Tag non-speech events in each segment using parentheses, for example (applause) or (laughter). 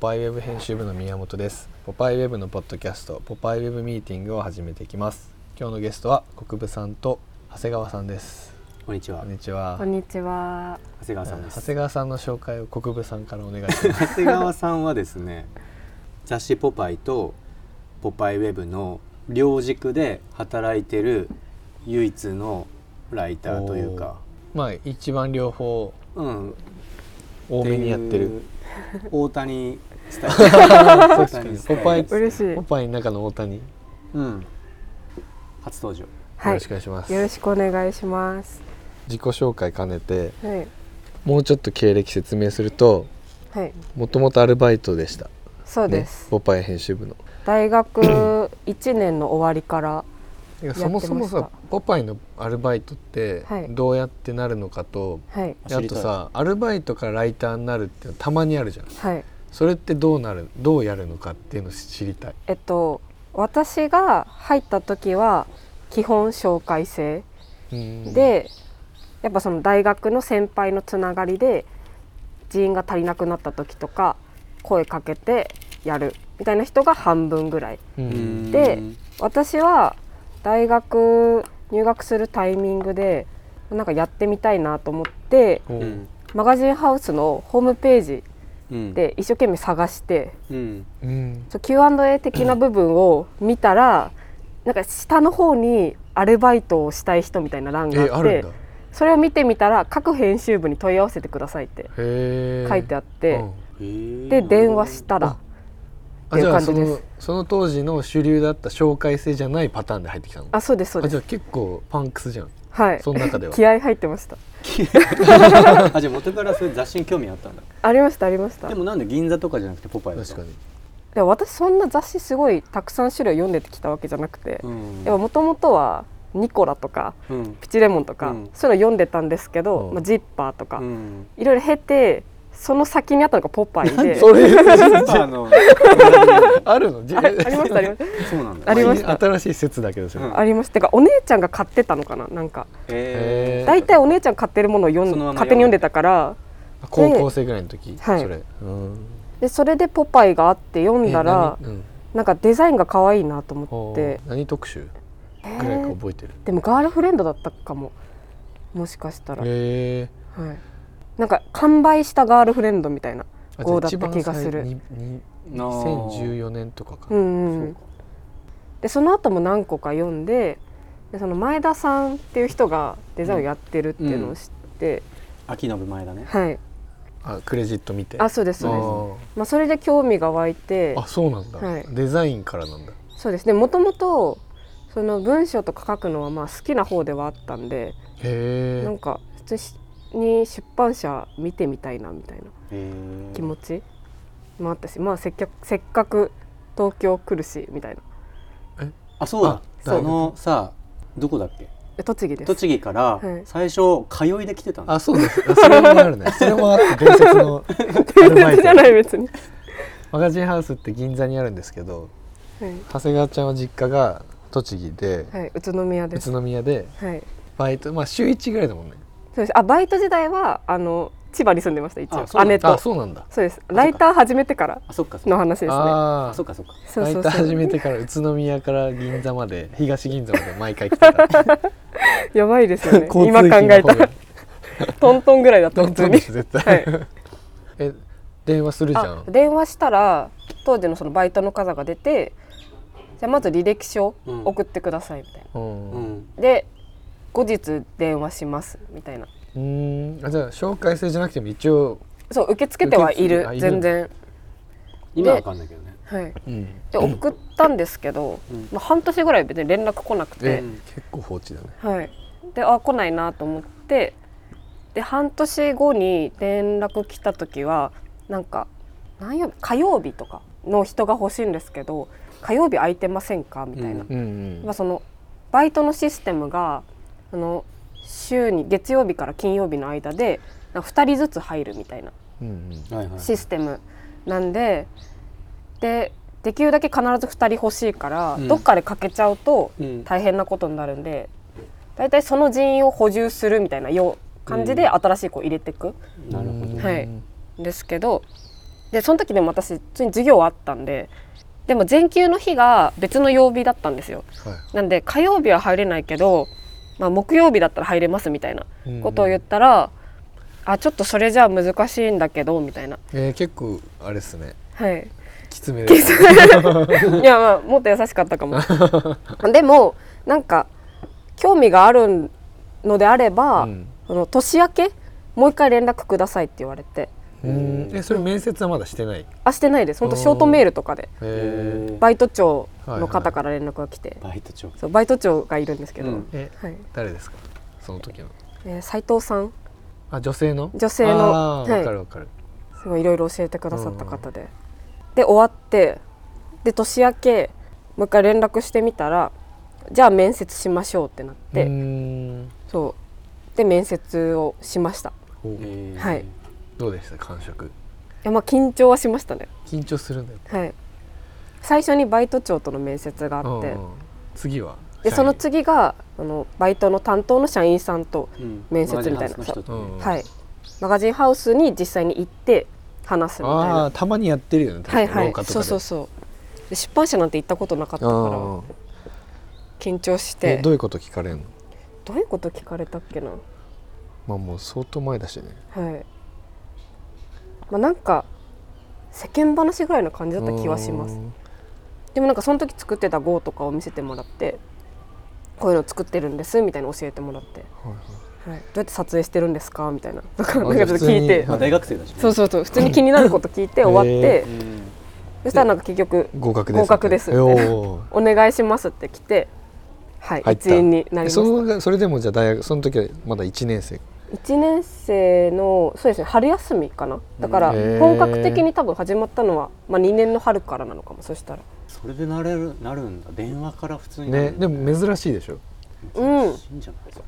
パイウェブ編集部の宮本ですポパイウェブのポッドキャストポパイウェブミーティングを始めていきます今日のゲストは国分さんと長谷川さんですこんにちはこん。にちはこんにちは。長谷川さんです。長谷川さんの紹介を国分さんからお願い (laughs) します長谷川さんはですね、 (laughs) 雑誌ポパイとポパイウェブの両軸で働いてる唯一のライターというか、まあ一番両方うん、多めにやってる。大谷スタイル。大谷スタイポルパイ嬉しいポ。パイの中の大谷ようん。初登場。はい。ろよしくお願いします、ろしくお願いします。自己紹介兼ねてはい。もうちょっと経歴説明するとはい。もともとアルバイトでしたそうです。ね、ポパイ編集部の大学一年の終わりから。いやそもそもやっさてまポパイのアルバイトってはいどうやってなるのかと、はい。あであとさアルバイトからライターになるっていうのたまにあるじゃんはい。それってどうなるどうやるのかっていうのを知りたいえっと、私が入った時は。基本紹介制うんで。やっぱその大学の先輩のつながりで。人員が足りなくなった時とか。声かけて。やる。みたいな人が半分ぐらい。ううんんで私は大学入学するタイミングでなんかやってみたいなと思っておううん。マガジンハウスのホームページうん。で一生懸命探してうん。うんそう Q&A 的な部分を見たらなんか下の方にアルバイトをしたい人みたいな欄えがああっるんてだへそれを見てみたら各編集部に問い合わせてくださいってえ書いてああっって、えーで電話したらあじゃあってそいう感じでのすその当時の主流だった紹介制じゃないパターンで入ってきたのあそうですそあうでじゃすあ結構パンクスじゃんはいその中では (laughs) 気合入ってましたあじゃあ元からそういう雑誌に興味あ (laughs) ったんだ。ありましたありましたでもなんで銀座とかじゃなくてポパイだった確かにでも私そんな雑誌すごいたくさん種類を読んできたわけじゃなくて、うんでももともとは「ニコラ」とかうん「プチレモン」とか、うんそういうの読んでたんですけど「うんまあ、ジッパー」と (laughs) か、うんいろいろ経てその先にあったのが「ポパイで」そ (laughs) れあのあるのあれありましたありましたそうなんだ。ありました新しい説だけどそれ、うんありましたてかお姉ちゃんが買ってたのかななんかええ大体お姉ちゃん買ってるものを読んそのまま勝手に読んでたから高校生ぐらいの時、はいそれ、うん、でそれで「ポパイ」があって読んだらえ何うんなんかデザインが可愛いなと思ほっうて何特集ぐらいか覚えてるでもガールフレンドだったかももしかしたら。へえはい、なんか完売したガールフレンドみたいなあこうだっじゃあた一番気がする最にになあ2014年とかか、うんうそうんでその後も何個か読んででその前田さんっていう人がデザインをやってるっていうのを知って、秋信前だね。はいあクレジット見てあそうですそうですあまあ、それで興味が湧いてーあそうなんだ、はいデザインからなんだそうですねもともとその文章とか書くのはまあ好きな方ではあったんでへなんえか普通に出版社見てみたいなみたいなえ気持ちもあったし、まあ、せっかせっかく東京来るしみたいなあそうだあ。そのさどこだっけ？え栃木です (laughs) 栃木からはい最初通いで来てたの。あそうですあそれもある (laughs) ねそれもあって伝説のアルバイじゃなトい別に、マガジンハウスって銀座にあるんですけどはい長谷川ちゃんは実家が栃木で、はい、宇都宮で宇す。都宮ではい。バイトまあ週1ぐらいだもんねそうです。あ、バイト時代はあの千葉に住んでました一あそうな応。ん姉と。あそそうなんだうです。ライター始めてからあそっかそっのか。話ですね。ああそあっかそっか。そうバイそうトそ始う。めてから宇都宮から銀座まで (laughs) 東銀座まで毎回来てたやばいですよね。 (laughs) 交通今考費のえ方たが (laughs) らトントンぐらいだった本普通当にに。絶は対い。 (laughs) え電話するじゃあん、電話したら当時のそのバイトの方が出て、じゃあまず履歴書うん送ってくださいみたいな。うんう。うんで、後日電話しますみたいな。ーんあじゃあ紹介制じゃなくても一応、そう受け付けてはい受け付けるあいる全然。今はわかんないけどね。はい。うん、で送ったんですけど、うんまあ、半年ぐらい別に連絡来なくてえ、結構放置だねはい、であ来ないなと思ってで半年後に連絡来た時はなんか何曜日火曜日とかの人が欲しいんですけど火曜日空いてませんかみたいな、うんうんまあ、そのバイトのシステムがあの週に月曜日から金曜日の間でなんか2人ずつ入るみたいなうんうんうんはいはい。システムなんででできるだけ必ず2人欲しいから、うんどっかで欠けちゃうとうん。大変なことになるんで大体その人員を補充するみたいなよう感じで新しい子を入れていくなるほど。はいんですけどでその時でも私普通に授業はあったんででも全休の日が別の曜日だったんですよなんで火曜日は入れないけど、まあ、木曜日だったら入れますみたいなはいことを言っうんたら、あちょっとそれじゃあ難しいんだけどみたいなえー結構あれですねはいきつめですねいやまあもっと優しかった (laughs) かもでもなんか興味があるのであれば、うんその年明けもう一回連絡くださいって言われてうんえそれ面接はまだしてないあしてないです本当ショートメールとかでえーバイト長の方から連絡が来て、バイト長そうバイト長がいるんですけど、うんえはい誰ですかその時のえー斉藤さんあ女性の女性のあーはいわかるわかるすごいいろいろ教えてくださった方で、で終わってで年明けもう一回連絡してみたらじゃあ面接しましょうってなって、うんそうで面接をしましたおえーはいどうでした感触いやまあ緊張はしましたね緊張するんだよはい最初にバイト長との面接があって、うんうん次はでその社員次があのバイトの担当の社員さんと、うん面接みたいなマガジンハウスの人とねうんはい、マガジンハウスに実際に行って話すみたいああなたまにやってるよねはいは廊下といかそうそうそうで出版社なんて行ったことなかったからあ緊張しえてどどういうこと聞かれるのういうこと聞かれたっけなまあもう相当前だしねはいまあなんか世間話ぐらいの感じだった気はしますうんでもなんかその時作ってた GO とかを見せてもらってこういうの作ってるんですみたいな教えてもらって、はいはい、どうやって撮影してるんですかみたいななんかあなんかちょっと聞い普て通にまあ大学生だしねそうそうそう普通に気になること聞いて終わって、うんそしたらなんか結局合格です合格ですえおー「お願いします」って来てはい入った一員になりまそしのそれでもじゃあ大学その時はまだ一年生た1年生のそうですね春休みかなだからへー本格的に多分始まったのは、まあ、2年の春からなのかもそしたらそれでなれるなるんだ電話から普通になねるんだでも珍しいでしょうんいいんじゃないそれ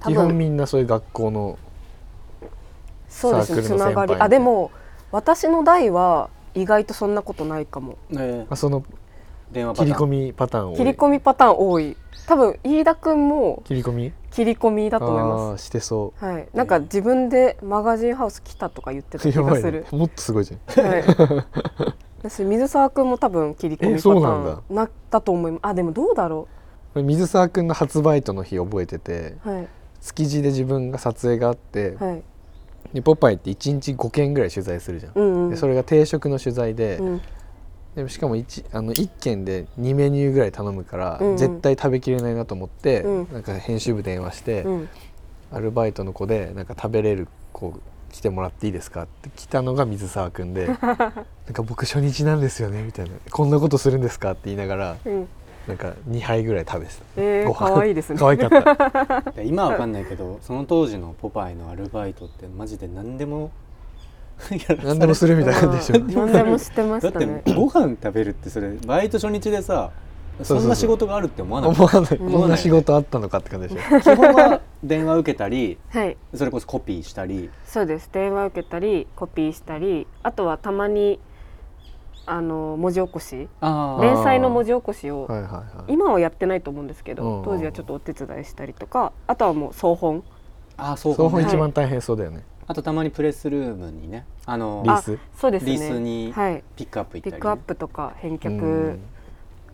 多基本分みんなそういう学校のそうですねサークつルのな先輩がりあでも私の代は意外とそんなことないかもえあそのー電話切パタりーン込みパターンを切り込みパターン多い多分飯田君も切り込み切り込みだだと思いましてそすはいなんか自分でマガジンハウス来たとか言ってたう (laughs) 気やがばいすねる、もっとすごいじゃんはい、 (laughs) 私水沢君も多分切り込えみパタそうなんーだンなったと思いますあでもどうだろこれ水沢くんの初バイトの日覚えててうはい築地で自分が撮影があって、はいでポパイって1日5件ぐらい取材するじゃん、うんうんでそれが定食の取材で、うんでしかも 1, あの1件で2メニューぐらい頼むから、うんうん絶対食べきれないなと思って、うんなんか編集部電話して、うんアルバイトの子でなんか食べれる子来てもらっていいですかって来たのが水沢くん (laughs) でなんか僕初日なんですよねみたいなこんなことするんですかって言いながらうんなんか2杯ぐらい食べてた、えー、ご飯可愛いですね可愛かったで今はわかんないけどその当時のポパイのアルバイトってマジで何でも (laughs) やらされ (laughs) て何でもするみたいな感じでしょうん (laughs) 何でも知ってまだしったてねご飯食べるってそれバイト初日でさそうそうそうそんな仕事があるって思わな思いわないうんこんな仕事あったのかって感じでしょ基本は電話受けたりはいそれこそコピーしたりそうです電話受けたりコピーしたりあとはたまにあの文字起こしあーー連載の文字起こしをはいはいはい今はやってないと思うんですけうんうんうどん当時はちょっとお手伝いしたりとかあとはもう総本あーそう総かも本ね一番大変そうだよね、あとたまにプレスルームにねあのリースそうですねリースにはい、ピックアップ行ったピりねックアップとか返う却ん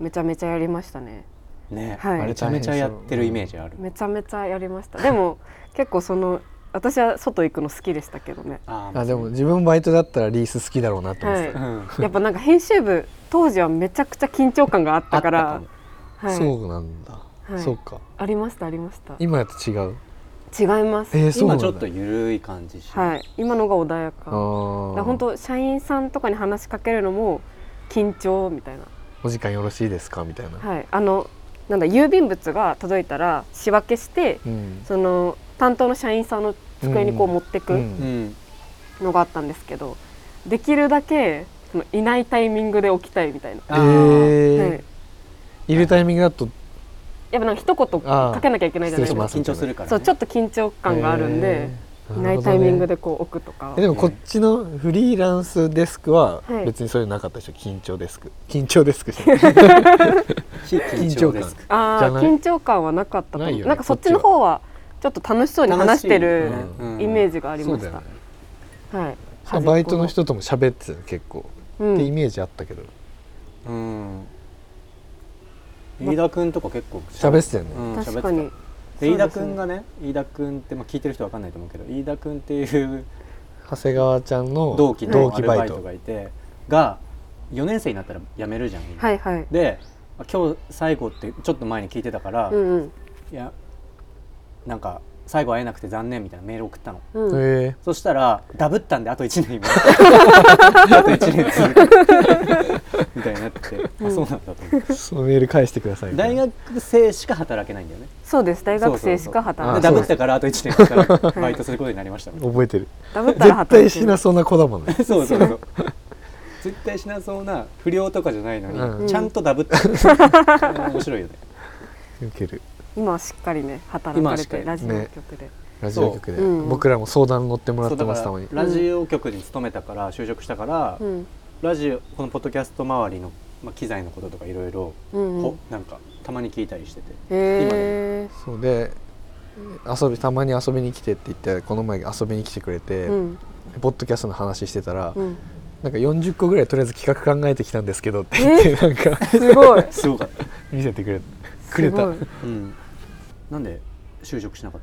めちゃめちゃやりましたねねはいあれめちゃめちゃやってるイメージあるめちゃめちゃやりましたでも結構その私は外行くの好きでしたけどねあーあでも自分バイトだったらリース好きだろうなと思ってうた、んやっぱなんか編集部当時はめちゃくちゃ緊張感があっあたったかからもはい、そうなんだ、はいそうかありましたありました今やと違う違いますえー、そうな今んだちょっと緩い感じしはい今のが穏やあかだからー本当社員さんとかに話しかけるのも緊張みたいなお時間よろしいですかみたいな、はいあのなんだ郵便物が届いたら仕分けしてうんその担当の社員さんの机にこう持ってうくうんんのがあったんですけど、できるだけそのいないタイミングで起きたいみたいな、えあーーはい、いるタイミングだとやっぱなんか一言かけなきゃいけないじゃな失礼いしでますか緊張するからねそうちょっと緊張感があるんで、いないタイミングでこう置くとかえー、なるほどねえでもこっちのフリーランスデスクははい別にそういうのなかったでしょ緊張デスク緊張デスクじゃない非緊張ですあじゃあない緊張感はなかったと思なういな,、よねんかそっちの方はちょっと楽しそうに話してる楽しいイメージ (laughs) ジがありそまうしだよたね、はい端っこバイトの人とも喋ってたよ結構、うんってイメージあったけどうん飯田君とか結構喋ってたよね、うん確かにでそ飯うですね田君がね飯田君って、まあ、聞いてる人わかんないと思うけど飯田君っていう長谷川ちゃんの同期同のア期ルババイイトトがいてが4年生になったら辞めるじゃん、みんなはいはいであ今日最後ってちょっと前に聞いてたから、ういんやなんか最後会えなくて残念みたいなメール送ったのうんうんへえそしたらダブったんであと1年今あと1年続くみたいになってて、あそうなんだと思ってそのメール返してください大学生しか働けないんだよねそうです大学生しかあで働ダかブなっいたからあと1年働くバイトすることになりましたみたいな覚えてるダブったら絶働対いてしるな (laughs) そうな子だもんねそうそうそう (laughs) 絶対しなそうな不良とかじゃないのに、うんちゃんとダブって面白いよね受ける今はしっかりね働かれ今はしっかてりラジオの曲でラジオ局で、そううん僕らも相談乗ってもらそっうてだかますたらまにラジオ局に勤めたから就職したから、うんラジオこのポッドキャスト周りの、まあ、機材のこととかいろいろうんうこんなんかたまに聞いたりしてて (laughs) へえそうで遊びたまに遊びに来てって言ってこの前遊びに来てくれて、うんポッドキャストの話してたら、うんなんか40個ぐらいとりあえず企画考えてきたんですけどって言ってなんかすごいすごかった、見せてくれ (laughs) くれすたごいうん、なんで就職しなかっ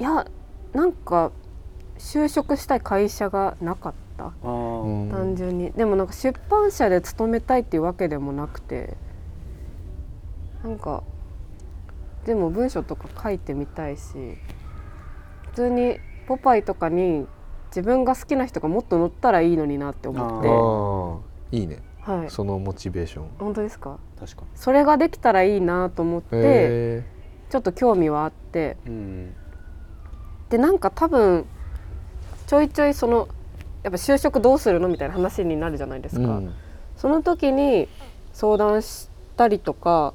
たのいやなんか就職したい会社がなかったあー、うん単純にでもなんか出版社で勤めたいっていうわけでもなくてなんかでも文章とか書いてみたいし普通に「ポパイ」とかに自分が好きな人がもっと載ったらいいのになって思ってあーああいいねはいそのモチベーション本当ですか確かそれができたらいいなと思って、へちょっと興味はあってにうんでなんか多分ちょいちょいそのやっぱ就職どうするのみたいな話になるじゃないでえすか。その時に相談したりとか、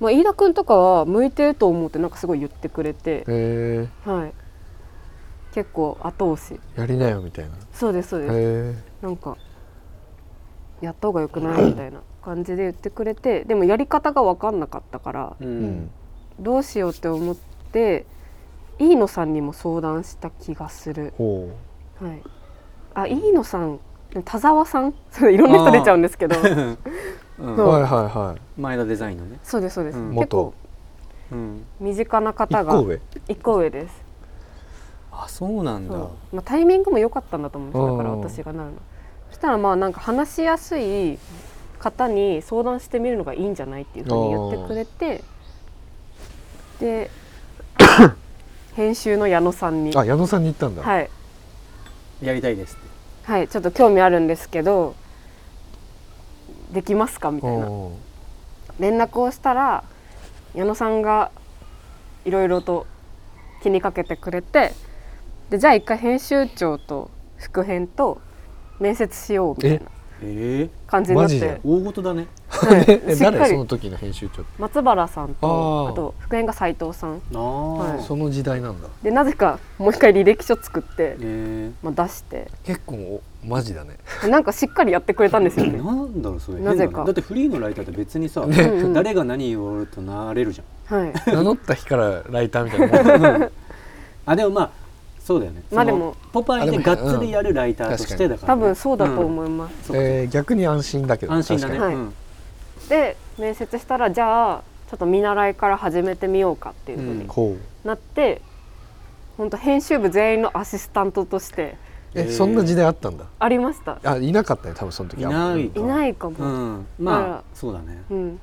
まあ、飯田君とかは向いてると思うってなんかすごい言ってくれて、へはい、結構後押しえやりなよみたいなそうですそうです、へなんかやった方がよくないみたいな感じで言ってくれてでもやり方が分かんなかったからうえんどうしようって思って飯野さんにも相談した気がする。ほはい、あ飯野さん田沢さん (laughs) そういろんな人出ちゃうんですけどうんうそうはいはいはい前田デザインのね、そうですそうです、うん結構元うん、身近な一方が個上一個上です。あそうなんだそうまあ、タイミングも良かったんだと思うんですよだからうん私がなるの。そしたらまあなんか話しやすい方に相談してみるのがいいんじゃないっていうふうに言ってくれて (coughs) で編集の矢野さんに、あ矢野さんに行ったんだはいやりたいですってはい、ちょっと興味あるんですけどできますかみたいなおー連絡をしたら矢野さんがいろいろと気にかけてくれてでじゃあ一回編集長と副編と面接しようみたいなえ感じになっマジてで、大事だねはい (laughs) えしっ誰かそりの時の編集長って松原さんとあーあと副編が斉藤さんああ、はいその時代なんだでなぜかもう一回履歴書作って、えまあ、出して結構おマジだねでなんかしっかりやってくれたんですよ (laughs) ー、ね。なんだろうそれなぜ変かだだってフリーのライターって別にさ、ねうんうん誰が何言おうとなれるじはい (laughs) 名乗った日からライターみたいなもんゃん、 (laughs) あでもまあそうだよねまあそのでもポパイでガッツリやるライターとしあてでだもから多ね、分そうだとん思います、そうかえー逆に安心だけど安心だね、確かはいうんで面接したらじゃあちょっと見習いから始めてみようかっていうふううにんにほうなって本当編集部全員のアシスタントとしてええーそんな時代あったんだありましたあいなかったね多分その時いないうんいないかうも、ん、あまあらそうだねうん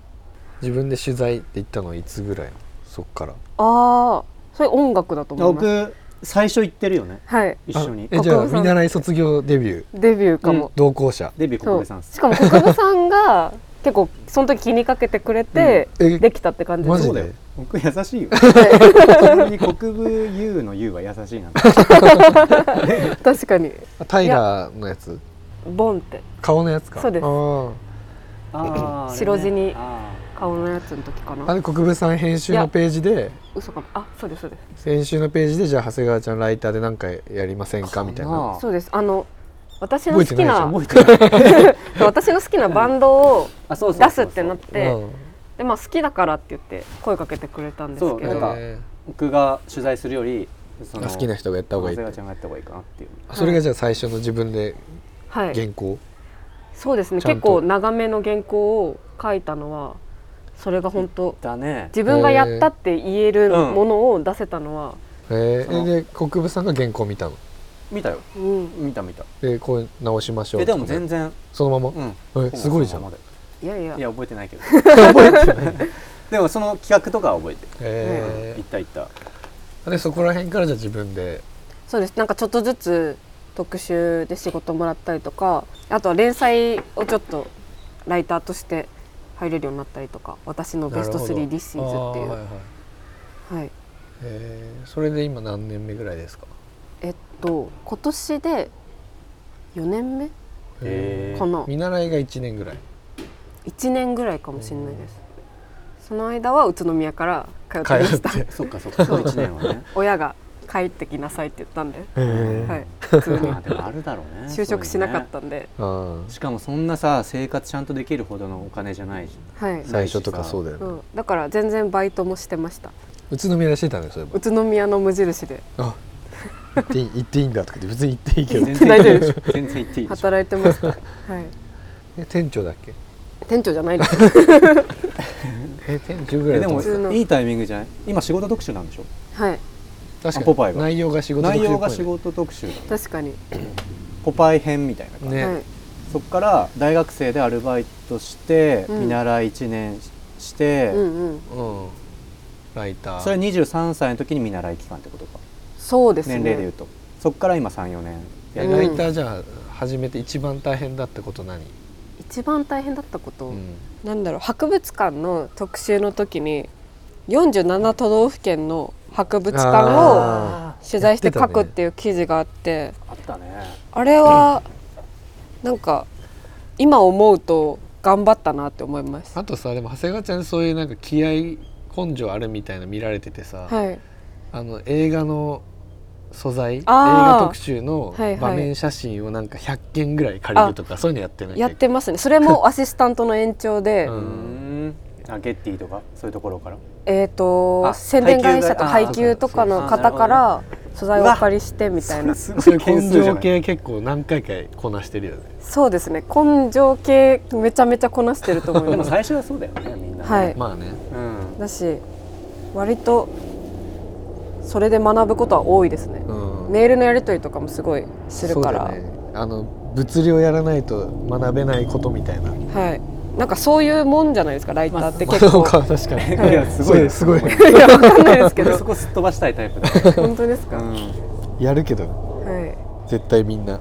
自分で取材って言ったのはいつぐらいのそっからああそれ音楽だと思います僕最初行ってるよねはい一緒にあえじゃあ国分さん見習い卒業デビューデビューかも、同行者デビューそ国う分さんしかも国分さんが (laughs) 結構その時気にかけてくれて、うんえできたって感じマですジそうでだよ僕優しい (laughs) よちなみに国分優の優は優しい (laughs) なんだ確かにあタイラーのやつボンって顔のやつかそうですあーあーあれね白地にあ顔のやつの時かなあれ国分さん編集のページで嘘かもあそうですそうです編集のページでじゃあ長谷川ちゃんライターで何かやりませんかみたいなあそうですあの私の好きあなー覚えてない私の好きなバンドをあそうそうそう出そすうってなってうんでまあ好きだからって言って声かけてくれたんですそうけどなんかえ僕が取材するよりその好きな人がやった方がいい長谷っ川ちてゃんがやった方がいいかなっていうあそれがじゃあ最初の自分ではい原稿、そうですねちゃんと結構長めの原稿を書いたのはそれが本当だね自分がやったって言えるものを出せたのは、えそー、ので国分さんが原稿見たの見たようん、見た見たでこう直しましょうえってでも全然そのまま、うんえすごいじゃんほぼそのまいやいやまでいや覚えてないけど覚えてない、 (laughs) でもその企画とかは覚えてるえいったいったー、でそこら辺からじゃあ自分でそうですなんかちょっとずつ特集で仕事もらったりとかあとは連載をちょっとライターとして入れるようになったりとか私のベスト3 This is っていあーう、ははいはいい、えー、それで今何年目ぐらいですかえっと今年で4年目へーかな見習いが1年ぐらい1年ぐらいかもしれないですその間は宇都宮から通ってました通ってそっかそっかそう1年はね親が帰ってきなさいって言ったんで、へはい、普通にまあでもあるだろうね (laughs) 就職しなかったんで、あーしかもそんなさ生活ちゃんとできるほどのお金じゃないしはい、最初とかそうだよね、うん、だから全然バイトもしてました宇都宮らしてたねそういえ宇都宮の無印でばあ行っていい行っていいんだとか言って別に行っていいけど全大丈夫で然全然言っていいでしょ働いてま (laughs) した、はい、え店長だっけ店長じゃないです (laughs) え店長ぐらえいでだと思もっ普通のいいタイミングじゃない今仕事特集なんでしょはいたあポパイが内容が仕事の内容が仕事特集だね確かに、ポパイ編みたいな感じ、ねはい、そっから大学生でアルバイトして、うん見習い1年しして、うんうんうんライターそれ23歳の時に見習い期間ってことか、そうですね年齢でいうとそっから今34年やえるうんライターじゃあ始めて一番大変だったこと何、一番大変だったこと、うんなんだろう博物館の特集の時に47都道府県の博物館をあ取材してや書ってたねくっていう記事があってあったねあれはなんか今思うと頑張ったなって思いますあとさでも長谷川ちゃんそういうなんか気合根性あるみたいな見られててさ、はいあの映画の素材映あー画特集のはいはい場面写真をなんか100件ぐらい借りるとか、そういうのやってないやってますねそ (laughs) れもアシスタントの延長で、ううんんあゲッティとかそういうところからえー、とあ宣伝会社と配配給給ととかかの方から素材をお借りしてみたいなすそういう件根数じゃ性ない系結構何回かこなしてるよねそうですね根性系めちゃめちゃこなしてると思でいも (laughs) ます最初はそうだよねみんなね、はいまあねうん、だし割とそれで学ぶことは多いですねうんメールのやり取りとかもすごいするかそうら、だねあの物理をやらないと学べないことみたいなはいなんかそういうもんじゃないですかライターって結そう (laughs) 構、か確かにいやすごいねすごいいやわかんないですけ俺そどこすっ飛ばしたいタイプだ、ね本当ですうか、ん、やるけどはい絶対みんな